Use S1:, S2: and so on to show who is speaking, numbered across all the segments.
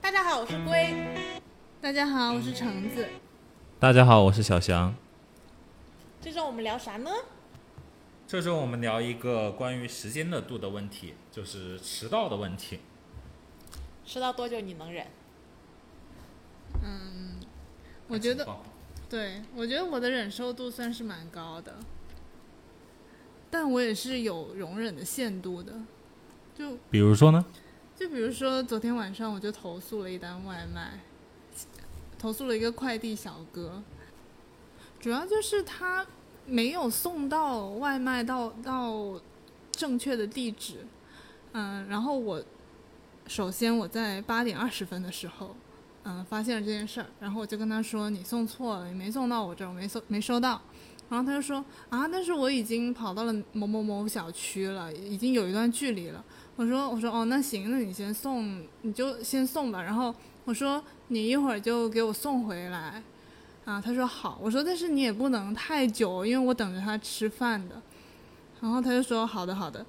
S1: 大家好，我是龟。大家好，我是橙子。
S2: 大家好，我是小翔。
S1: 这周我们聊啥呢？
S2: 这周我们聊一个关于时间的度的问题，就是迟到的问题。
S1: 迟到多久你能忍？
S3: 嗯，我觉得，对我觉得我的忍受度算是蛮高的，但我也是有容忍的限度的。就
S2: 比如说呢？
S3: 就比如说昨天晚上我就投诉了一单外卖，投诉了一个快递小哥，主要就是他没有送到外卖到到正确的地址。嗯，然后我首先我在八点二十分的时候，嗯，发现了这件事儿，然后我就跟他说你送错了，你没送到我这儿，我没收没收到。然后他就说啊，但是我已经跑到了某某某小区了，已经有一段距离了。我说我说哦，那行，那你先送，你就先送吧。然后我说你一会儿就给我送回来，啊，他说好。我说但是你也不能太久，因为我等着他吃饭的。然后他就说好的好的，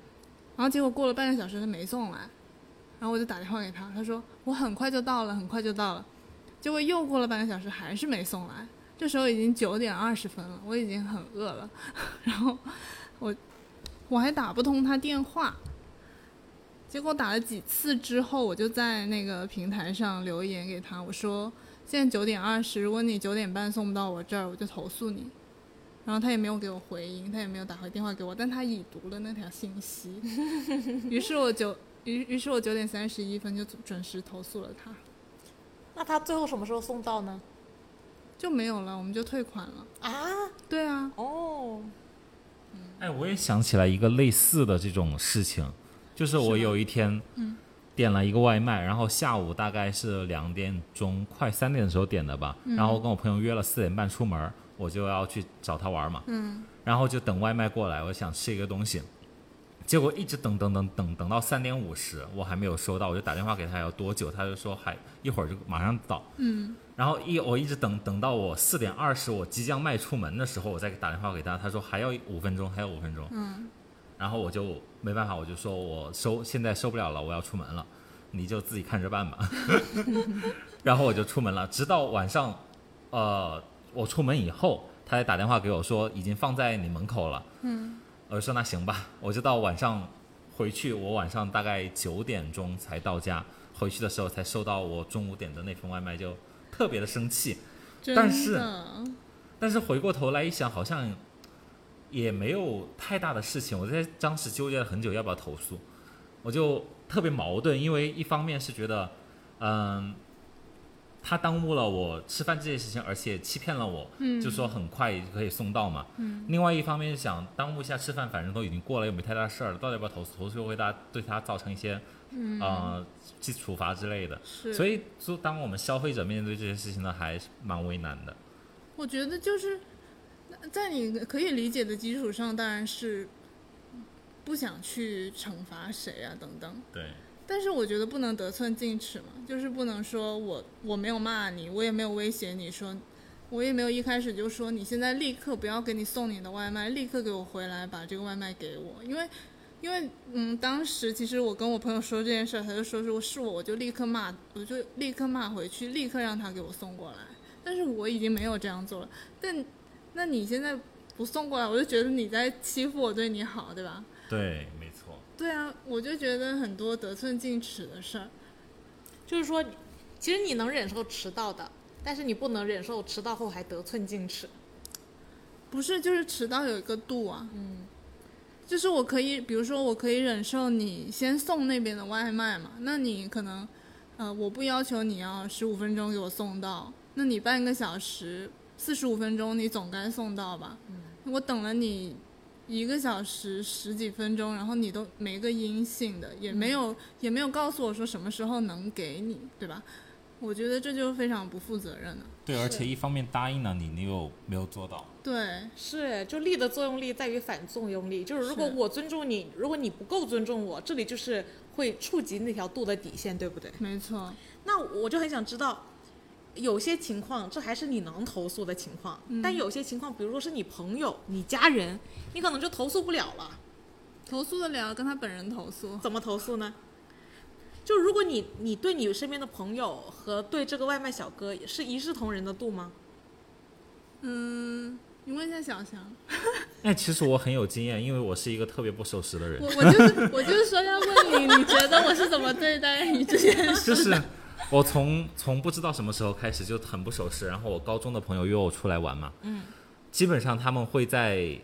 S3: 然后结果过了半个小时他没送来，然后我就打电话给他，他说我很快就到了，很快就到了。结果又过了半个小时还是没送来，这时候已经九点二十分了，我已经很饿了， 然后我我还打不通他电话。结果打了几次之后，我就在那个平台上留言给他，我说现在九点二十，如果你九点半送不到我这儿，我就投诉你。然后他也没有给我回应，他也没有打回电话给我，但他已读了那条信息。于是我九于于是我九点三十一分就准时投诉了他，
S1: 那他最后什么时候送到呢？
S3: 就没有了，我们就退款了。
S1: 啊，
S3: 对啊，
S1: 哦，
S2: 哎，我也想起来一个类似的这种事情，就是我有一天，点了一个外卖，然后下午大概是两点钟，快三点的时候点的吧，然后我跟我朋友约了四点半出门，我就要去找他玩嘛，
S3: 嗯，
S2: 然后就等外卖过来，我想吃一个东西，结果一直等等等等等到三点五十，我还没有收到，我就打电话给他要多久，他就说还一会儿就马上到，
S3: 嗯，
S2: 然后一我一直等等到我四点二十，我即将迈出门的时候，我再打电话给他，他说还要五分钟，还有五分钟，嗯，然后我就没办法，我就说我收现在收不了了，我要出门了，你就自己看着办吧， 然后我就出门了，直到晚上，呃，我出门以后，他才打电话给我说已经放在你门口了，嗯，我就说那行吧，我就到晚上回去，我晚上大概九点钟才到家，回去的时候才收到我中午点的那份外卖，就特别的生气。
S3: 真
S2: 但是
S3: 的
S2: 但是回过头来一想，好像也没有太大的事情。我在当时纠结了很久，要不要投诉，我就特别矛盾，因为一方面是觉得，嗯，他耽误了我吃饭这件事情，而且欺骗了我，就说很快就可以送到嘛。另外一方面是想耽误一下吃饭，反正都已经过了，又没太大事儿了，到底要不要投诉？投诉又会大对他造成一些，嗯、呃，记处罚之类的。
S3: 是，
S2: 所以，就当我们消费者面对这些事情呢，还是蛮为难的。
S3: 我觉得就是在你可以理解的基础上，当然是不想去惩罚谁啊等等。
S2: 对。
S3: 但是我觉得不能得寸进尺嘛，就是不能说我我没有骂你，我也没有威胁你说，我也没有一开始就说你现在立刻不要给你送你的外卖，立刻给我回来把这个外卖给我，因为因为嗯，当时其实我跟我朋友说这件事儿，他就说是我是我，我就立刻骂，我就立刻骂回去，立刻让他给我送过来。但是我已经没有这样做了，但那你现在不送过来，我就觉得你在欺负我对你好，对吧？
S2: 对，没错。
S3: 对啊，我就觉得很多得寸进尺的事儿。
S1: 就是说，其实你能忍受迟到的，但是你不能忍受迟到后还得寸进尺。
S3: 不是，就是迟到有一个度啊。嗯，就是我可以，比如说我可以忍受你先送那边的外卖嘛，那你可能，呃，我不要求你要十五分钟给我送到，那你半个小时四十五分钟你总该送到吧？嗯，我等了你一个小时十几分钟，然后你都没个音信的，也没有、也没有告诉我说什么时候能给你，对吧？我觉得这就非常不负责任了。
S2: 对，而且一方面答应了你，你又没有做到。
S3: 对，
S1: 是，就力的作用力在于反作用力，就是如果
S3: 是
S1: 我尊重你，如果你不够尊重我，这里就是会触及那条度的底线，对不对？
S3: 没错。
S1: 那我就很想知道，有些情况这还是你能投诉的情况，但有些情况，比如说是你朋友、你家人，你可能就投诉不了了。
S3: 投诉得了，跟他本人投诉。
S1: 怎么投诉呢？就如果你你对你身边的朋友和对这个外卖小哥是一视同仁的度吗？
S3: 嗯，你问一下小翔，
S2: 哎，其实我很有经验，因为我是一个特别不守时的人
S3: 我，我就是我就是说要问你，你觉得我是怎么对待你这件事？
S2: 就是我从从不知道什么时候开始就很不守时。然后我高中的朋友约我出来玩嘛，嗯，基本上他们会在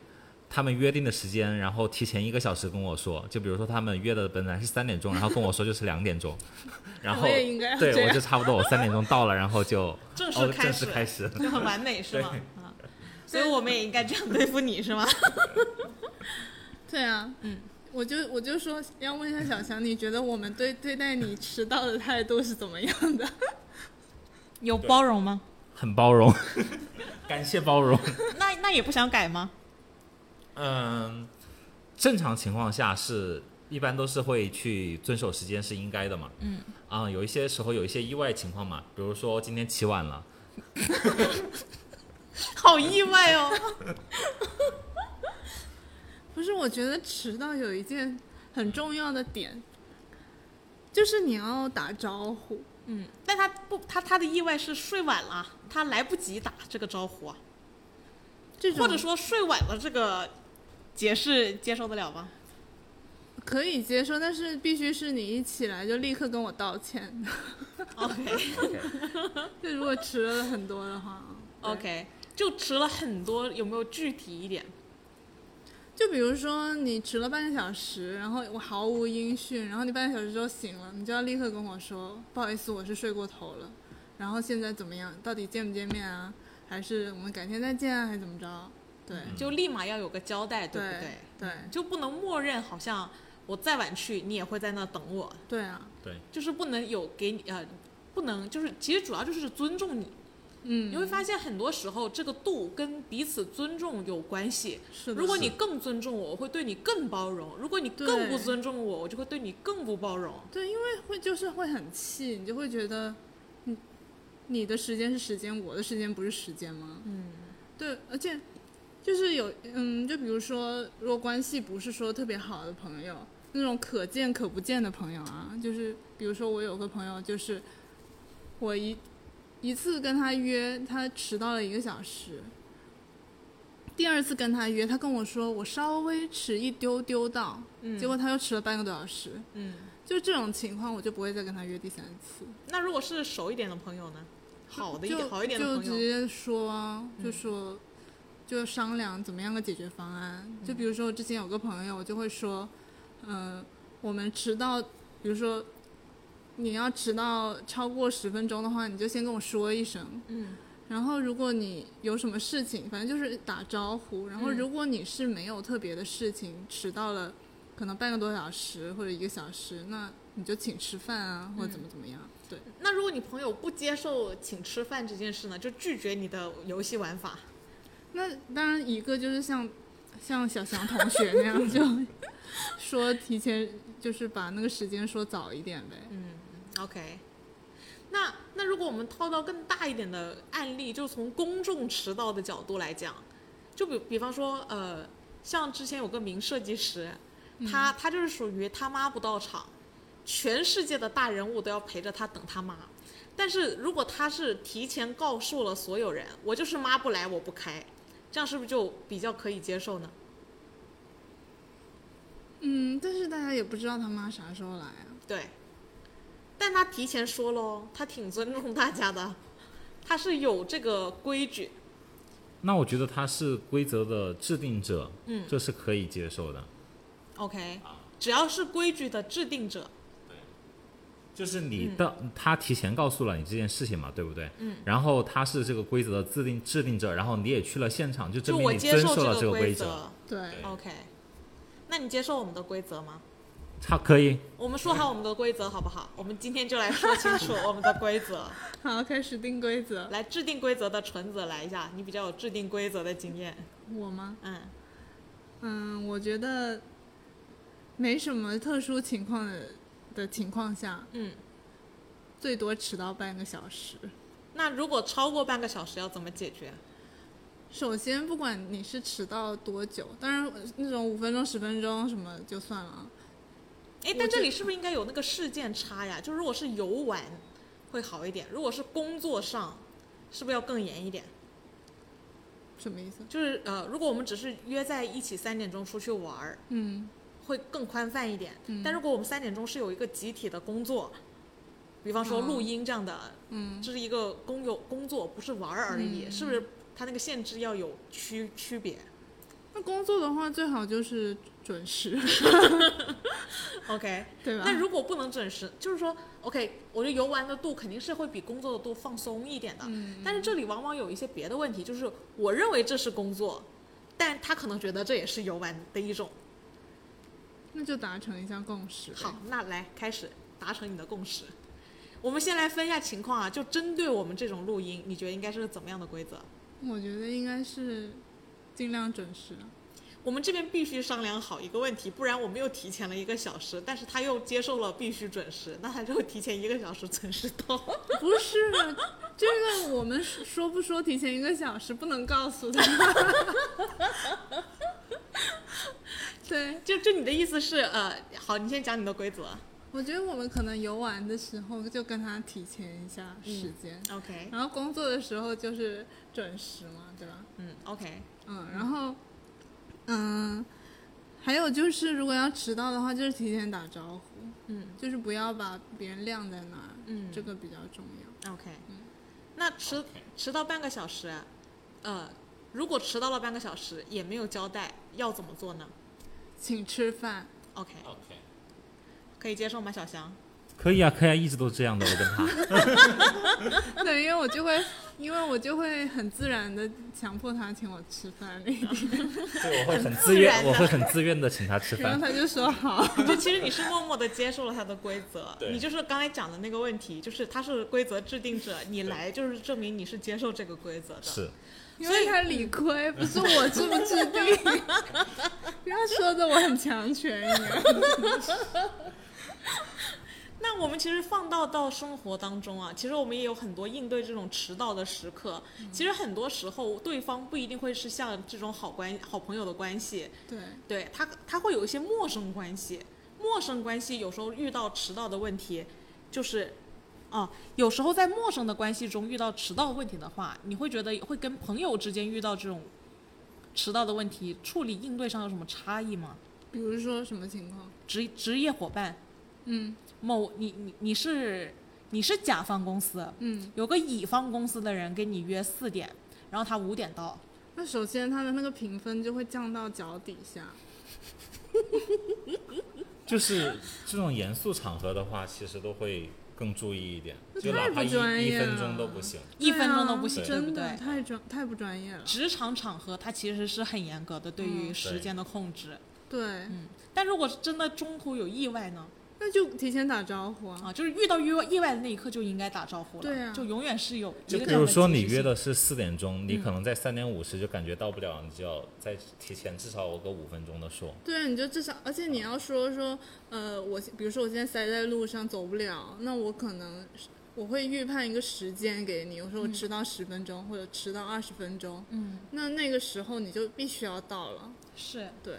S2: 他们约定的时间，然后提前一个小时跟我说，就比如说他们约的本来是三点钟，然后跟我说就是两 点钟，然后
S3: 我也应该要这
S2: 对
S3: 样
S2: 我就差不多我三点钟到了，然后 就
S1: 正式
S2: 哦
S1: 开
S2: 正
S1: 始
S2: 式开始，
S1: 就很完美是吗？啊，所以我们也应该这样对付你是吗？
S3: 对啊，嗯，我就我就说要问一下小翔，你觉得我们对对待你迟到的态度是怎么样的？
S1: 有包容吗？
S2: 很 包容，感谢包容。
S1: 那那也不想改吗？
S2: 嗯，正常情况下是一般都是会去遵守时间是应该的嘛。嗯。啊、有一些时候有一些意外情况嘛，比如说今天起晚了，
S1: 好意外哦！
S3: 不是，我觉得迟到有一件很重要的点，就是你要打招呼。
S1: 嗯，但他不，他他的意外是睡晚了，他来不及打这个招呼啊，
S3: 这种
S1: 或者说睡晚了这个解释接受得了吗？
S3: 可以接受，但是必须是你一起来就立刻跟我道歉。
S1: OK
S3: 就如果迟了很多的话啊
S1: OK，就迟了很多，有没有具体一点？
S3: 就比如说你迟了半个小时，然后我毫无音讯，然后你半个小时之后醒了，你就要立刻跟我说，不好意思，我是睡过头了，然后现在怎么样？到底见不见面啊？还是我们改天再见啊？还是怎么着？对、
S1: 就立马要有个交代，嗯对
S3: 对
S1: 不对？嗯
S3: 对
S1: 就不能默认好像我再晚去，你也会在那等我，
S3: 对啊，
S2: 对，
S1: 就是不能有给你呃，不能就是其实主要就是尊重你。你
S3: 嗯，
S1: 会发现很多时候这个度跟彼此尊重有关系。
S3: 是的。
S1: 如果你更尊重我，我会对你更包容；如果你更不
S3: 对
S1: 尊重我，我就会对你更不包容。
S3: 对，因为会就是会很气，你就会觉得，你你的时间是时间，我的时间不是时间吗？
S1: 嗯，
S3: 对，而且就是有嗯，就比如说，如果关系不是说特别好的朋友，那种可见可不见的朋友啊，就是比如说我有个朋友，就是我一一次跟他约，他迟到了一个小时。第二次跟他约，他跟我说我稍微迟一丢丢到，
S1: 嗯
S3: 结果他又迟了半个多小时。
S1: 嗯，
S3: 就这种情况，我就不会再跟他约第三次。
S1: 那如果是熟一点的朋友呢？好的一
S3: 就
S1: 好一点的
S3: 就
S1: 朋
S3: 直
S1: 友，嗯
S3: 接说啊，就说，就商量怎么样个解决方案。
S1: 嗯
S3: 就比如说，我之前有个朋友，我就会说，嗯、我们迟到，比如说你要迟到超过十分钟的话，你就先跟我说一声。
S1: 嗯
S3: 然后，如果你有什么事情，反正就是打招呼。然后，
S1: 嗯
S3: 如果你是没有特别的事情，迟到了可能半个多小时或者一个小时，那你就请吃饭啊，
S1: 嗯
S3: 或者怎么怎么样。对，
S1: 那如果你朋友不接受请吃饭这件事呢，就拒绝你的游戏玩法。
S3: 那当然一个就是像像小翔同学那样就说提前，就是把那个时间说早一点呗。
S1: 嗯，OK。那那如果我们套到更大一点的案例，就从公众迟到的角度来讲，就比比方说，呃，像之前有个名设计师，他、他就是属于他妈不到场，全世界的大人物都要陪着他等他妈。但是如果他是提前告诉了所有人，我就是妈不来我不开，这样是不是就比较可以接受呢？
S3: 嗯，但是大家也不知道他妈啥时候来啊。
S1: 对，但他提前说喽，他挺尊重大家的，他是有这个规矩。
S2: 那我觉得他是规则的制定者，
S1: 嗯
S2: 这是可以接受的。
S1: OK，只
S2: 啊
S1: 要是规矩的制定者，
S2: 就是你
S1: 嗯
S2: 的、他提前告诉了你这件事情嘛，对不对？嗯。然后他是这个规则的制定制定者，然后你也去了现场，就
S1: 就
S2: 证明
S1: 我
S2: 你
S1: 接
S2: 遵
S1: 受
S2: 守了这
S1: 个
S2: 个规则。
S1: 则。
S3: 对，
S1: OK，那你接受我们的规则吗？
S2: 他可以，
S1: 我们说好我们的规则好不好？我们今天就来说清楚我们的规则，
S3: 好，开始定规则。
S1: 来制定规则的纯子来一下，你比较有制定规则的经验。
S3: 我吗？
S1: 嗯，
S3: 嗯，我觉得没什么特殊情况的的情况下，
S1: 嗯，
S3: 最多迟到半个小时。
S1: 那如果超过半个小时要怎么解决？
S3: 首先，不管你是迟到多久，当然那种五分钟、十分钟什么就算了啊，
S1: 哎，
S3: 我
S1: 但
S3: 觉
S1: 这里是不是应该有那个事件差呀？就如果是游玩会好一点，如果是工作上，是不是要更严一点？
S3: 什么意思？
S1: 就是呃，如果我们只是约在一起三点钟出去玩儿，
S3: 嗯，
S1: 会更宽泛一点。
S3: 嗯
S1: 但如果我们三点钟是有一个集体的工作，比方说录音这样的，
S3: 哦嗯，
S1: 这是一个工有工作，不是玩儿而已，
S3: 嗯
S1: 是不是？它那个限制要有区区别。
S3: 那工作的话最好就是准时，
S1: OK，
S3: 对吧？
S1: 那如果不能准时，就是说，OK，我觉得游玩的度肯定是会比工作的度放松一点的。
S3: 嗯
S1: 但是这里往往有一些别的问题，就是我认为这是工作，但他可能觉得这也是游玩的一种。
S3: 那就达成一下共识呗。
S1: 好，那来开始达成你的共识。我们先来分一下情况啊，就针对我们这种录音，你觉得应该是个怎么样的规则？
S3: 我觉得应该是尽量准时。
S1: 我们这边必须商量好一个问题，不然我们又提前了一个小时，但是他又接受了必须准时，那他就提前一个小时准时到。
S3: 不是啊这个，我们说不说提前一个小时不能告诉他。 对，
S1: 就就你的意思是，呃，好，你先讲你的规则。
S3: 我觉得我们可能游玩的时候就跟他提前一下时
S1: 嗯
S3: 间，
S1: OK，
S3: 然后工作的时候就是准时嘛，对吧？
S1: 嗯，OK，
S3: 嗯，然后，嗯，还有就是如果要迟到的话，就是提前打招呼，
S1: 嗯
S3: 就是不要把别人晾在那儿，
S1: 嗯
S3: 这个比较重要。
S1: ，OK。那
S2: 嗯
S1: 迟迟到半个小时，呃，如果迟到了半个小时也没有交代，要怎么做呢
S3: 请吃饭，
S1: ？OK，
S2: OK，
S1: 可以接受吗，小翔？
S2: 可以啊，可以啊，一直都是这样的，我跟他。
S3: 对，因为我就会，因为我就会很自然的强迫他请我吃饭那一天，
S2: 对，我会很
S1: 自
S2: 自
S1: 愿
S2: 愿，
S1: 的
S2: 我会很自愿的请他吃
S3: 然后
S2: 饭。
S3: 他就说好。
S1: 就其实你是默默的接受了他的规则，
S2: 对
S1: 你就是刚才讲的那个问题，就是他是规则制定者，你来就是证明你是接受这个规则的。
S2: 是，
S3: 因为他理亏，不是我制不制定，不要说的我很强权一样。
S1: 那我们其实放到到生活当中啊，其实我们也有很多应对这种迟到的时刻。
S2: 嗯
S1: 其实很多时候，对方不一定会是像这种好关好朋友的关系，
S3: 对，
S1: 对他他会有一些陌生关系。陌生关系有时候遇到迟到的问题，就是，啊，有时候在陌生的关系中遇到迟到问题的话，你会觉得会跟朋友之间遇到这种迟到的问题，处理应对上有什么差异吗？
S3: 比如说什么情况？
S1: 职职业伙伴，
S3: 嗯
S1: 某你你你是你是甲方公司，
S3: 嗯，
S1: 有个乙方公司的人跟你约四点，然后他五点到，
S3: 那首先他的那个评分就会降到脚底下。
S2: 就是这种严肃场合的话，其实都会更注意一点，就
S3: 太
S2: 哪
S3: 不
S2: 怕一
S3: 专
S2: 一
S3: 业
S2: 分
S3: 了
S2: 钟都不行。
S1: 一分钟都不行，
S3: 对
S1: 对
S3: 啊
S1: 不
S3: 真
S1: 对
S3: 的？太专太不专业了。
S1: 职场场合它其实是很严格的，对于
S3: 嗯
S1: 时间的控制。
S3: 对，
S1: 但如果是真的中途有意外呢？
S3: 那就提前打招呼啊。
S1: 啊，就是遇到意外意外的那一刻就应该打招呼了，
S3: 对啊
S1: 就永远是有一
S2: 就
S1: 个
S2: 比
S1: 这样
S2: 如
S1: 的
S2: 说
S1: 及
S2: 你
S1: 时性
S2: 约的是四点钟，你可能在三点五十就感觉到不了，你就要再提前至少有个五分钟的说。
S3: 对，啊你就至少，而且你要说说，呃，我现比如说我现在塞在路上走不了，那我可能是我会预判一个时间给你，我说我迟到十分钟、或者迟到二十分钟，
S1: 嗯，
S3: 那那个时候你就必须要到了。
S1: 是，
S3: 对，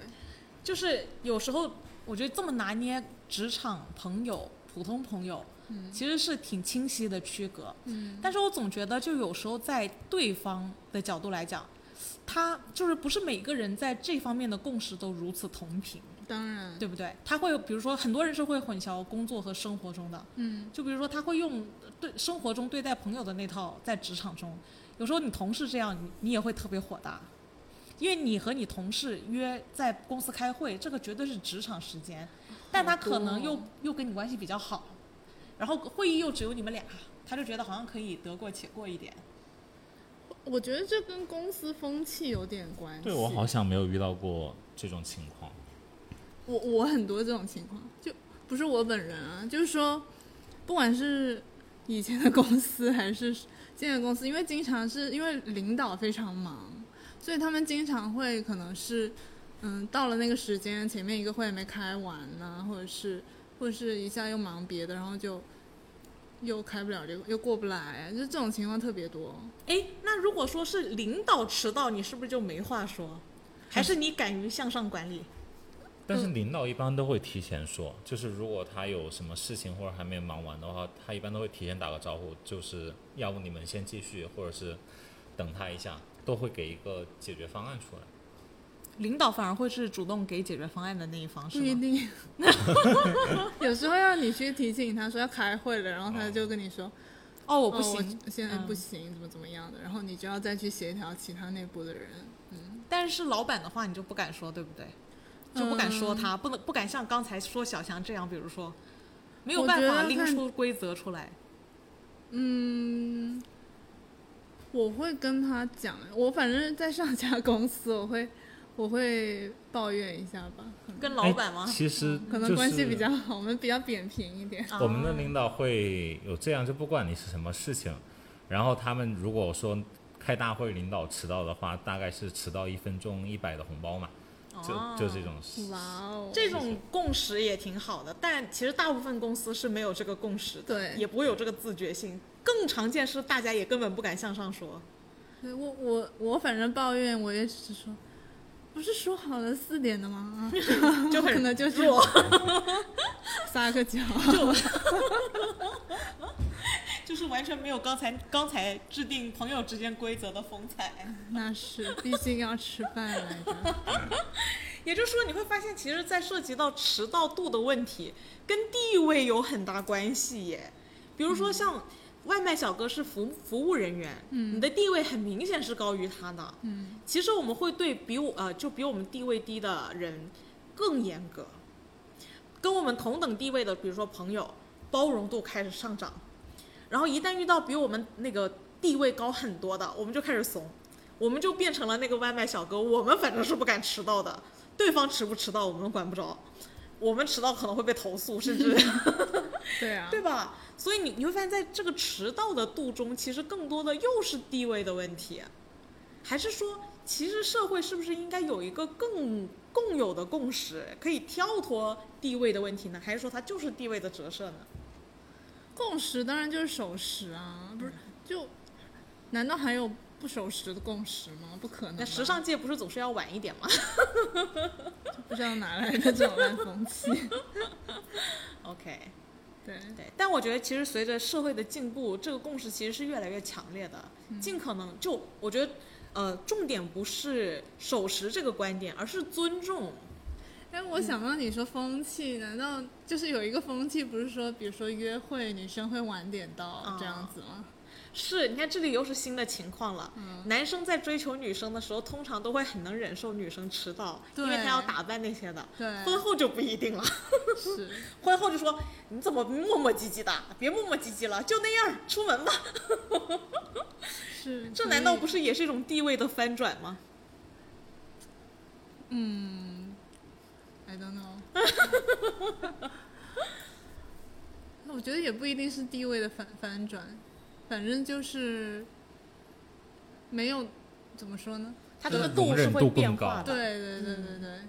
S1: 就是有时候我觉得这么拿捏职场朋友、普通朋友，其实是挺清晰的区隔。
S3: 嗯，
S1: 但是我总觉得，就有时候在对方的角度来讲，他就是不是每个人在这方面的共识都如此同频，
S3: 当然，
S1: 对不对？他会有比如说，很多人是会混淆工作和生活中的，
S3: 嗯，
S1: 就比如说他会用对生活中对待朋友的那套在职场中，有时候你同事这样，你你也会特别火大，因为你和你同事约在公司开会，这个绝对是职场时间，但他可能又、
S3: 好多
S1: 又跟你关系比较好，然后会议又只有你们俩，他就觉得好像可以得过且过一点。
S3: 我觉得这跟公司风气有点关系。
S2: 对我好像没有遇到过这种情况。
S3: 我我很多这种情况，就不是我本人啊，就是说，不管是以前的公司还是现在的公司，因为经常是因为领导非常忙，所以他们经常会可能是，嗯，到了那个时间，前面一个会没开完呐、或者是或者是一下又忙别的，然后就又开不了这个，又过不来，就这种情况特别多。
S1: 哎，那如果说是领导迟到，你是不是就没话说？还是你敢于向上管理？
S3: 嗯
S2: 但是领导一般都会提前说，就是如果他有什么事情或者还没忙完的话，他一般都会提前打个招呼，就是要不你们先继续，或者是等他一下，都会给一个解决方案出来。
S1: 领导反而会是主动给解决方案的那一方，
S3: 不
S1: 是
S3: 一
S1: 吗？
S3: 定， 有时候要你去提醒他说要开会了，然后他就跟你说、
S1: 哦，我
S3: 我
S1: 不行。
S3: 现在
S1: 嗯
S3: 不行，怎么怎么样的，然后你就要再去协调其他内部的人。
S1: 但是老板的话你就不敢说，对不对？
S3: 嗯
S1: 就不敢说他，不能不敢像刚才说小翔这样，比如说没有
S3: 我
S1: 办
S3: 觉
S1: 法
S3: 得
S1: 拎
S3: 看
S1: 出规则出来。
S3: 嗯，我会跟他讲，我反正在上家公司，我会我会抱怨一下吧，
S1: 跟老板
S2: 哎
S1: 吗？嗯
S2: 其实
S3: 可
S2: 就
S3: 能关系
S2: 是
S3: 比较好，我们比较扁平一
S1: 啊
S3: 点。
S2: 我们的领导会有这样，就不管你是什么事情，然后他们如果说开大会领导迟到的话，大概是迟到一分钟一百的红包嘛，就
S1: 哦
S2: 就这种事。
S3: 哇哦，
S1: 这种共识也挺好的，但其实大部分公司是没有这个共识的，
S3: 对
S1: 也不会有这个自觉性。更常见是大家也根本不敢向上 说，
S3: 对我我我反正抱怨，我也只是说，不是说好了四点的吗？
S1: 就
S3: 可能
S1: 很
S3: 就是
S1: 弱。
S3: 撒个娇，
S1: 就是完全没有刚才刚才制定朋友之间规则的风采。
S3: 那是毕竟要吃饭来着。
S1: 也就是说，你会发现，其实，在涉及到迟到度的问题，跟地位有很大关系耶。比如说，像外卖小哥是服服务人员，你的地位很明显是高于他的。
S3: 嗯，
S1: 其实我们会对比我呃，就比我们地位低的人更严格，跟我们同等地位的，比如说朋友，包容度开始上涨。然后一旦遇到比我们那个地位高很多的，我们就开始怂，我们就变成了那个外卖小哥，我们反正是不敢迟到的，对方迟不迟到我们管不着，我们迟到可能会被投诉，甚至
S3: 对啊
S1: 对，吧？所以你你会发现在这个迟到的度中，其实更多的又是地位的问题，还是说，其实社会是不是应该有一个更共有的共识，可以跳脱地位的问题呢？还是说它就是地位的折射呢？
S3: 共识当然就是守时啊，不是就难道还有不守时的共识吗？不可能吧。
S1: 那时尚界不是总是要晚一点吗
S3: 不知道哪来的这种烂风气。
S1: ？OK，
S3: 对，
S1: 对，但我觉得其实随着社会的进步，这个共识其实是越来越强烈的。尽可能就我觉得，呃，重点不是守时这个观点，而是尊重。
S3: 哎，我想到你说风气，难道就是有一个风气，不是说比如说约会女生会晚点
S1: 啊
S3: 到这样子吗？
S1: 是，你看这里又是新的情况了。男生在追求女生的时候，通常都会很能忍受女生迟到，因为他
S3: 对嗯
S1: 要打扮那些的。婚
S3: 对，
S1: 后就不一定了，
S3: 是。
S1: 婚后就说你怎么磨磨唧唧的，别磨磨唧唧了，就那样儿出门吧。
S3: 是，
S1: 这难道不
S3: 是？
S1: 是也是一种地位的翻转吗？
S3: 嗯，I don't know 。我觉得也不一定是地位的反反转，反正就是没有怎么说呢？
S1: 它这个
S2: 就是
S1: 度
S2: 呃容
S1: 是
S2: 忍
S1: 会
S2: 度
S1: 变
S2: 更高
S1: 化的。
S3: 对对对对对。
S1: 嗯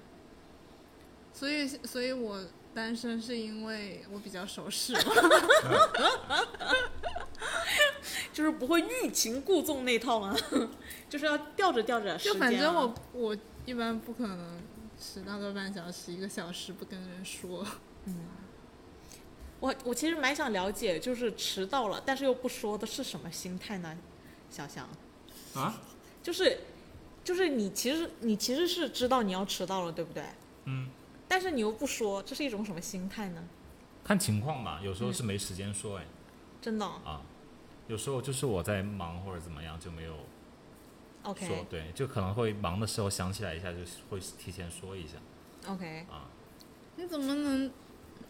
S3: 所以，所以我单身是因为我比较守时嘛。
S1: 就是不会欲擒故纵那套吗？ 就是要吊着吊着时
S3: 就
S1: 间啊、
S3: 反正我我一般不可能迟到个半小时、一个小时不跟 人说。
S1: 我我其实蛮想了解，就是迟到了但是又不说的是什么心态呢？小翔，嗯
S2: 啊，
S1: 就是就是你其实你其实是知道你要迟到了，对不对？
S2: 嗯，
S1: 但是你又不说，这是一种什么心态呢？
S2: 看情况吧，有时候是没时间说哎、
S1: 真的哦
S2: 啊，有时候就是我在忙或者怎么样就没有说
S1: ，OK
S2: 对，就可能会忙的时候想起来一下，就会提前说一下
S1: OK，
S2: 啊。
S3: 你怎么能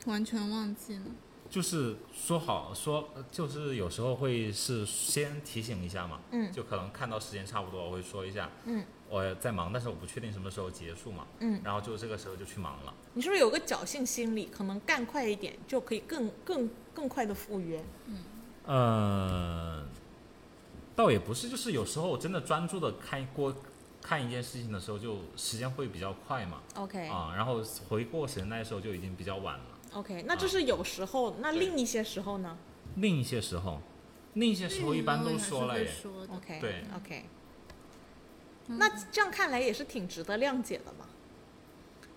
S3: 完全忘记呢？
S2: 就是说好说，呃就是有时候会是先提醒一下嘛，
S1: 嗯
S2: 就可能看到时间差不多，我会说一下，
S1: 嗯，
S2: 我在忙，但是我不确定什么时候结束嘛，
S1: 嗯，
S2: 然后就这个时候就去忙了，
S1: 你是不是有个侥幸心理，可能干快一点就可以更更更快的复原？
S2: 呃，倒也不是，就是有时候我真的专注的看过看一件事情的时候，就时间会比较快嘛，
S1: OK
S2: 啊，然后回过神来的时候就已经比较晚了。
S1: OK，那这是有时候，那
S2: 啊对
S1: 另一些时候呢
S2: 另一些时候，另一些时候一般都说了
S3: 还是
S2: 耶
S3: 会，说的
S1: ？OK
S2: 对
S3: 嗯
S1: OK，那这样看来也是挺值得谅解的嘛。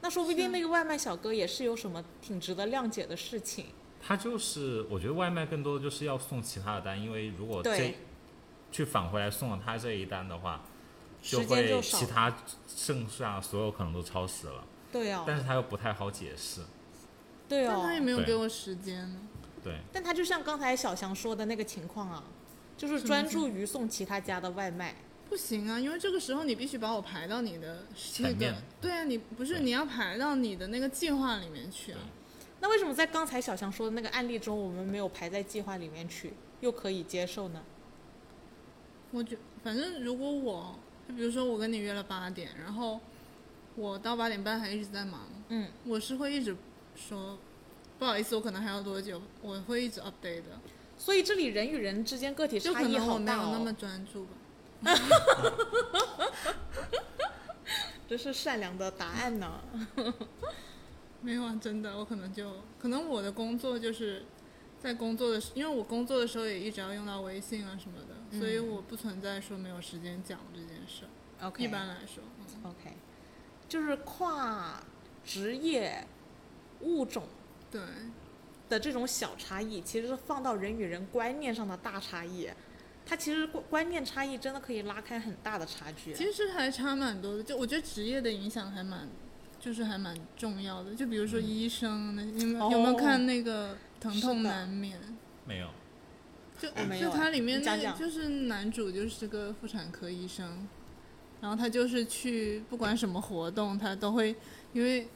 S1: 那说不
S3: 啊
S1: 定那个外卖小哥也是有什么挺值得谅解的事情。
S2: 他就是我觉得外卖更多的就是要送其他的单，因为如果这
S1: 对，
S2: 去返回来送了他这一单的话，
S1: 时间
S2: 会
S1: 就少
S2: 其他剩下所有可能都超时了，
S1: 对哦，
S2: 但是他又不太好解释，
S1: 对
S3: 但
S1: 哦
S3: 他。也没有
S2: 对
S3: 给我时间呢。
S2: 对，
S1: 但他就像刚才小翔说的那个情况啊，就是专注于送其他家的外卖。
S3: 不行啊，因为这个时候你必须把我排到你的那
S2: 前
S3: 个
S2: 面，
S3: 对啊，你不是
S2: 对
S3: 你要排到你的那个计划里面去啊。
S1: 那为什么在刚才小翔说的那个案例中，我们没有排在计划里面去，又可以接受呢？
S3: 我觉反正如果我，就比如说我跟你约了八点，然后我到八点半还一直在忙，
S1: 嗯，
S3: 我是会一直说不好意思，我可能还要多久，我会一直 update 的，
S1: 所以这里人与人之间个体
S3: 就
S1: 差
S3: 可
S1: 异
S3: 能我
S1: 好
S3: 没
S1: 大
S3: 有那么
S1: 哦，
S3: 专注吧。
S1: 这是善良的答案 呢。嗯
S3: 没有啊，真的，我可能就可能我的工作就是在工作的时，因为我工作的时候也一直要用到微信啊什么的，
S1: 嗯
S3: 所以我不存在说没有时间讲这件事。
S1: OK，
S3: 一般来说，嗯
S1: OK，就是跨职业、物种
S3: 对，
S1: 的这种小差异，其实放到人与人观念上的大差异，它其实观观念差异真的可以拉开很大的差距。
S3: 其实还差蛮多的。就我觉得职业的影响还蛮，就是还蛮重要的。就比如说医生那些，你们、
S1: 嗯哦
S3: 有没有看那个《疼
S1: 是
S3: 痛
S1: 的
S3: 难免》？
S2: 没有，
S3: 就
S1: 我没
S3: 就
S1: 有哎
S3: 它里面
S1: 你
S3: 那
S1: 讲讲
S3: 就是男主就是个妇产科医生，然后他就是去不管什么活动，他都会因为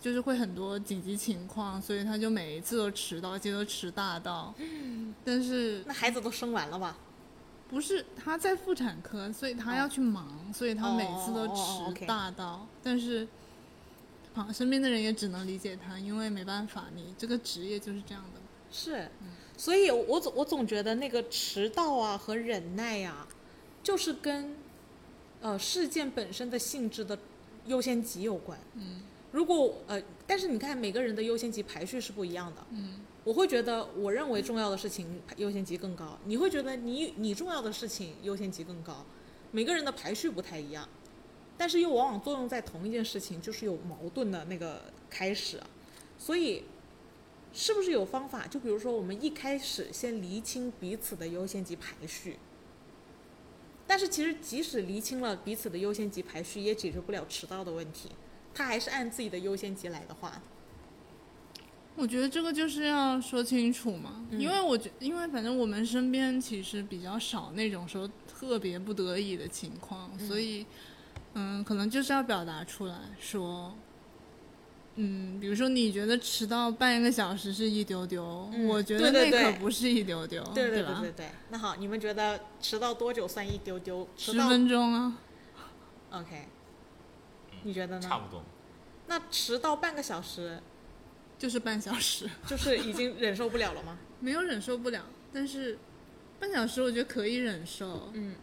S3: 就是会很多紧急情况，所以他就每一次都迟到，而且都迟大到。
S1: 嗯
S3: 但是
S1: 那孩子都生完了吧？
S3: 不是他在妇产科，所以他要去忙，所以他每次都
S1: 哦哦哦哦哦
S3: 迟
S1: ，OK
S3: 大到。但是旁身边的人也只能理解他，因为没办法，你这个职业就是这样的。
S1: 是，
S3: 嗯
S1: 所以我总我总觉得那个迟到啊和忍耐呀、就是跟呃事件本身的性质的优先级有关。
S3: 嗯
S1: 如果呃，但是你看每个人的优先级排序是不一样的。
S3: 嗯，
S1: 我会觉得我认为重要的事情优先级更高，你会觉得你你重要的事情优先级更高，每个人的排序不太一样，但是又往往作用在同一件事情，就是有矛盾的那个开始，啊所以是不是有方法？就比如说我们一开始先厘清彼此的优先级排序，但是其实即使厘清了彼此的优先级排序，也解决不了迟到的问题，他还是按自己的优先级来的话，
S3: 我觉得这个就是要说清楚嘛，
S1: 嗯
S3: 因为我觉，因为反正我们身边其实比较少那种说特别不得已的情况，
S1: 嗯
S3: 所以，嗯，可能就是要表达出来说，嗯，比如说你觉得迟到半个小时是一丢丢，
S1: 嗯
S3: 我觉得
S1: 对对
S3: 那
S1: 对
S3: 可不是一丢丢，
S1: 对对
S3: 哦吧
S1: 对？对。那好，你们觉得迟到多久算一丢丢？迟
S3: 十
S1: 到
S3: 分钟啊，
S1: OK，你觉得
S2: 差
S1: 呢？
S2: 不多，
S1: 那迟到半个小时，
S3: 就是半小时，
S1: 就是已经忍受不了了 吗？
S3: 没有忍受不了，但是半小时我觉得可以忍受，
S1: 嗯，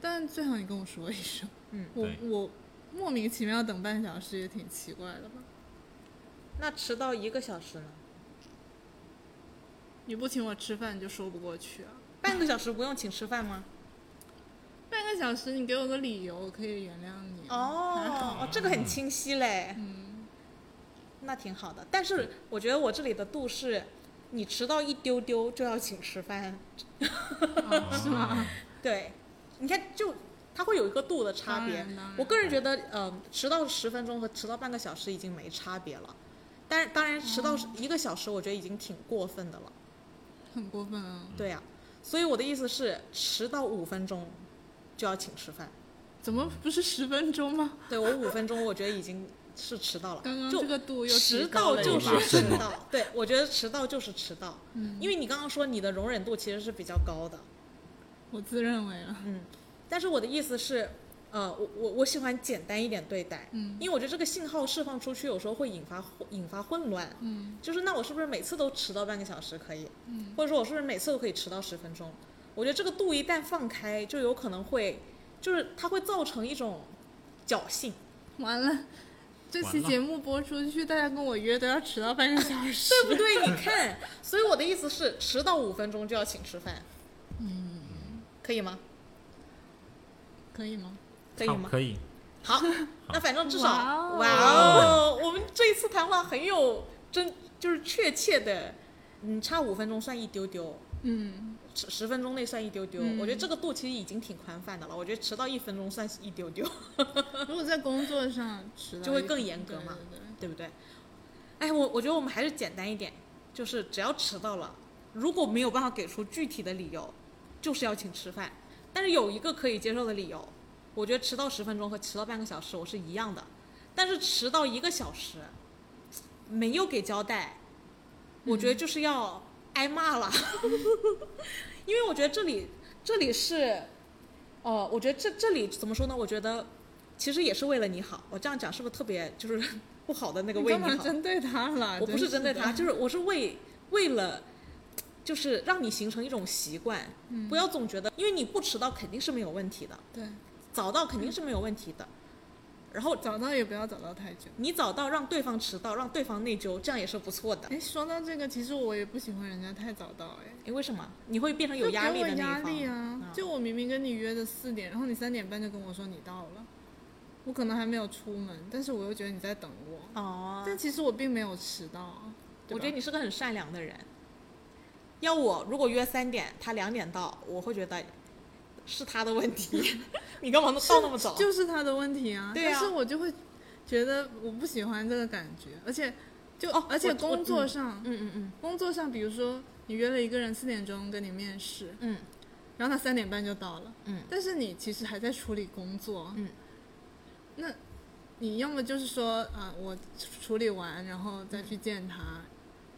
S3: 但最好你跟我说一声。
S1: 嗯
S3: 我
S2: 对
S3: 我莫名其妙等半小时也挺奇怪的吧？
S1: 那迟到一个小时呢？
S3: 你不请我吃饭就说不过去啊！
S1: 半个小时不用请吃饭吗？
S3: 半个小时你给我个理由，我可以原谅你啊。还好
S1: 哦，这个很清晰嘞，
S3: 嗯，
S1: 那挺好的。但是我觉得我这里的度是，你迟到一丢丢就要请吃饭，
S3: 啊是
S1: 哦
S3: 吗？
S1: 对，你看就它会有一个度的差别
S3: 当。然当然
S1: 我个人觉得，呃，迟到十分钟和迟到半个小时已经没差别了，但当然迟
S3: 哦
S1: 到一个小时，我觉得已经挺过分的了。
S3: 很过分啊！
S1: 对呀、所以我的意思是，迟到五分钟就要请吃饭。
S3: 怎么不是十分钟吗？
S1: 对我五分钟，我觉得已经是迟到了。
S3: 刚刚
S1: 就
S3: 这个度又
S1: 迟
S3: 提
S1: 到
S3: 高了
S1: 就
S3: 一
S1: 是
S3: 点
S1: 迟到，对我觉得迟到就是迟到，
S3: 嗯
S1: 因为你刚刚说你的容忍度其实是比较高的，
S3: 我自认为了，
S1: 嗯，但是我的意思是，呃，我我我喜欢简单一点对待，
S3: 嗯
S1: 因为我觉得这个信号释放出去，有时候会引发引发混乱，
S3: 嗯
S1: 就是那我是不是每次都迟到半个小时可以？
S3: 嗯，
S1: 或者说我是不是每次都可以迟到十分钟？我觉得这个度一旦放开，就有可能会，就是它会造成一种侥幸。
S3: 完了。这期
S2: 完了
S3: 节目播出去，大家跟我约都要迟到半个小 时。
S1: 对不对？ 你看，所以我的意思是，迟到五分钟就要请吃饭，
S3: 嗯，
S1: 可以吗？
S3: 可以吗？
S1: 可以
S2: 差不
S1: 吗？
S2: 可以，
S1: 好，那反正至少
S3: 哇哦
S1: 哇哦，我们这一次谈话很有真，就是确切的，嗯，差五分钟算一丢丢，
S3: 嗯，
S1: 十十分钟内算一丢丢。
S3: 嗯
S1: 我觉得这个度其实已经挺宽泛的了，我觉得迟到一分钟算是一丢丢，
S3: 如果在工作上迟到
S1: 就会
S3: 一
S1: 更
S3: 分
S1: 严格
S3: 对
S1: 嘛
S3: 对对
S1: 对不对？哎，我我觉得我们还是简单一点，就是只要迟到了，如果没有办法给出具体的理由，就是要请吃饭。但是有一个可以接受的理由，我觉得迟到十分钟和迟到半个小时我是一样的，但是迟到一个小时，没有给交代，我觉得就是要挨骂了， 因为我觉得这里这里是，呃，我觉得这这里怎么说呢？我觉得其实也是为了你好。我这样讲是不是特别就是 不好的那个
S3: 你
S1: 为
S3: 干
S1: 你
S3: 嘛
S1: 好？
S3: 啊针对他了？
S1: 我不是
S3: 真
S1: 针对
S3: 的
S1: 他，就是我是为为了。就是让你形成一种习惯，
S3: 嗯
S1: 不要总觉得，因为你不迟到肯定是没有问题的，
S3: 对，
S1: 早到肯定是没有问题的。然后
S3: 早到也不要早到太久。
S1: 你早到让对方迟到，让对方内疚，这样也是不错的。
S3: 哎，说到这个，其实我也不喜欢人家太早到，哎，
S1: 哎，为什么你会变成
S3: 就
S1: 有
S3: 给
S1: 压力
S3: 我
S1: 的那一
S3: 压
S1: 方？
S3: 力啊！就我明明跟你约的四点，然后你三点半就跟我说你到了，我可能还没有出门，但是我又觉得你在等我，
S1: 哦，
S3: 但其实我并没有迟到啊。
S1: 我觉得
S3: 得
S1: 你是个很善良的人。要我如果约三点，他两点到，我会觉得是他的问 题，你干嘛能到那么早？
S3: 就是他的问题啊，
S1: 对啊
S3: 但是我就会觉得我不喜欢这个感觉，而且就、
S1: 哦
S3: 而且
S1: 我我
S3: 工作上，
S1: 嗯嗯嗯
S3: 工作上，比如说你约了一个人四点钟跟你面试，
S1: 嗯，
S3: 然后他三点半就到了，
S1: 嗯，
S3: 但是你其实还在处理工作，
S1: 嗯，
S3: 那你要么就是说啊、我处理完然后再去见他，
S1: 嗯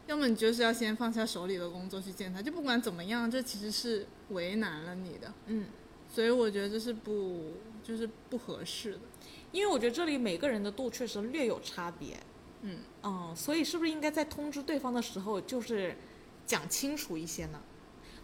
S3: 要么你就是要先放下手里的工作去见他，就不管怎么样，这其实是为难了你的，
S1: 嗯，
S3: 所以我觉得这是不就是不合适的，
S1: 因为我觉得这里每个人的度确实略有差别。
S3: 嗯
S1: 嗯，所以是不是应该在通知对方的时候，就是讲清楚一些呢？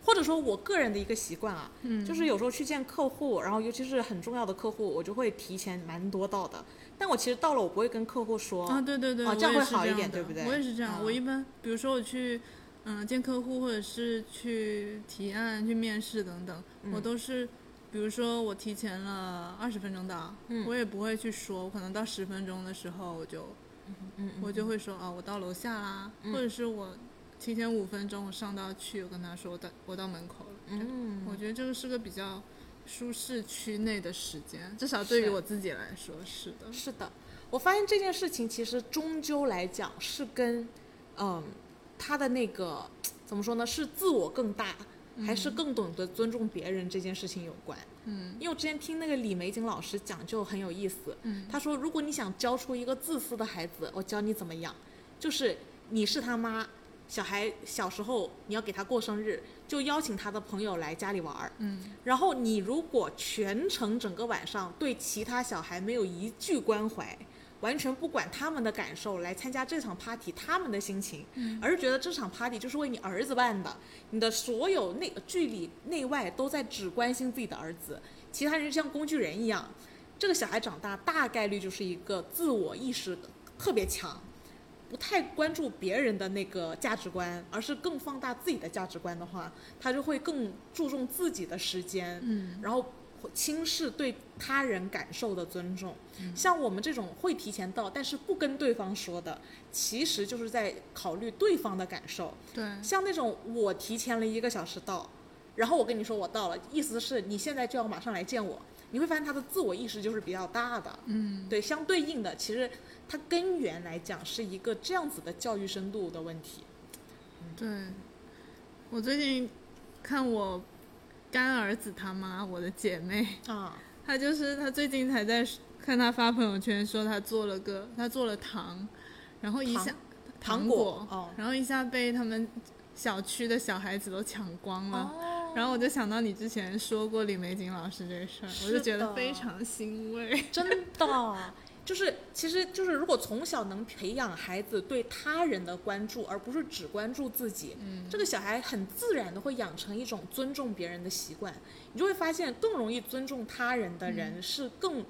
S1: 或者说我个人的一个习惯啊，
S3: 嗯
S1: 就是有时候去见客户，然后尤其是很重要的客户，我就会提前蛮多到的。但我其实到了，我不会跟客户说，
S3: 啊，对对对，
S1: 哦
S3: 我
S1: 这样
S3: 也
S1: 会
S3: 是
S1: 好一
S3: 样
S1: 点
S3: 的
S1: 对不对
S3: 我也是这样，
S1: 嗯
S3: 我一般比如说我去嗯、呃见客户，或者是去提案、去面试等等，我
S1: 嗯
S3: 都是比如说我提前了二十分钟到，
S1: 嗯
S3: 我也不会去说，我可能到十分钟的时候我就
S1: 嗯
S3: 我就会说啊，我到楼下啦，或者是我提前五分钟我上到去，我跟他说我到我到门口了，这样
S1: 嗯，
S3: 我觉得这个是个比较。舒适区内的时间，至少对于
S1: 是
S3: 我自己来说是的。
S1: 是的，我发现这件事情其实终究来讲是跟，嗯，他的那个怎么说呢，是自我更大，还是更懂得尊重别人这件事情有关。
S3: 嗯
S1: 因为我之前听那个李玫瑾老师讲就很有意思，
S3: 嗯
S1: 他说如果你想教出一个自私的孩子，我教你怎么养，就是你是他妈。小孩小时候，你要给他过生日，就邀请他的朋友来家里玩儿。
S3: 嗯
S1: 然后你如果全程整个晚上对其他小孩没有一句关怀，完全不管他们的感受来参加这场 party，他们的心情，而是觉得这场 party 就是为你儿子办的，你的所有内剧里内外都在只关心自己的儿子，其他人就像工具人一样。这个小孩长大大概率就是一个自我意识特别强，不太关注别人的那个价值观，而是更放大自己的价值观的话，他就会更注重自己的时间，
S3: 嗯，
S1: 然后轻视对他人感受的尊重。像我们这种会提前到，但是不跟对方说的，其实就是在考虑对方的感受。
S3: 对，
S1: 像那种我提前了一个小时到，然后我跟你说我到了，意思是你现在就要马上来见我，你会发现他的自我意识就是比较大的。
S3: 嗯，
S1: 对，相对应的，其实它根源来讲是一个这样子的教育深度的问题。
S3: 对，我最近看我干儿子他妈，我的姐妹，
S1: 啊，
S3: 她就是她最近才在看她发朋友圈说她做了个她做了糖，然后一下
S1: 糖
S3: 糖
S1: 果哦
S3: 然后一下被他们小区的小孩子都抢光了。
S1: 哦，
S3: 然后我就想到你之前说过李玫瑾老师这个事儿，我
S1: 是
S3: 就觉得
S1: 的
S3: 非常欣慰。
S1: 真的。就是，其实就是，如果从小能培养孩子对他人的关注，而不是只关注自己，这个小孩很自然的会养成一种尊重别人的习惯。你就会发现，更容易尊重他人的人是更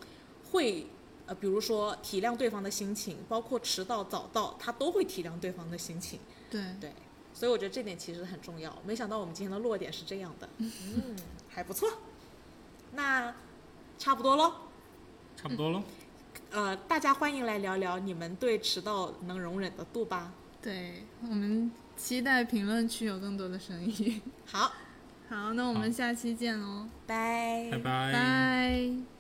S1: 会，呃，比如说体谅对方的心情，包括迟到、早到，他都会体谅对方的心情。
S3: 对，
S1: 对，所以我觉得这点其实很重要。没想到我们今天的落点是这样的，嗯，还不错。那差不多喽。
S2: 差不多了。
S1: 呃，大家欢迎来聊聊你们对迟到能容忍的度吧。
S3: 对我们期待评论区有更多的声音。
S1: 好，
S3: 好，那我们
S2: 好
S3: 下期见喽，
S1: 嗯拜
S2: 拜拜
S3: 拜。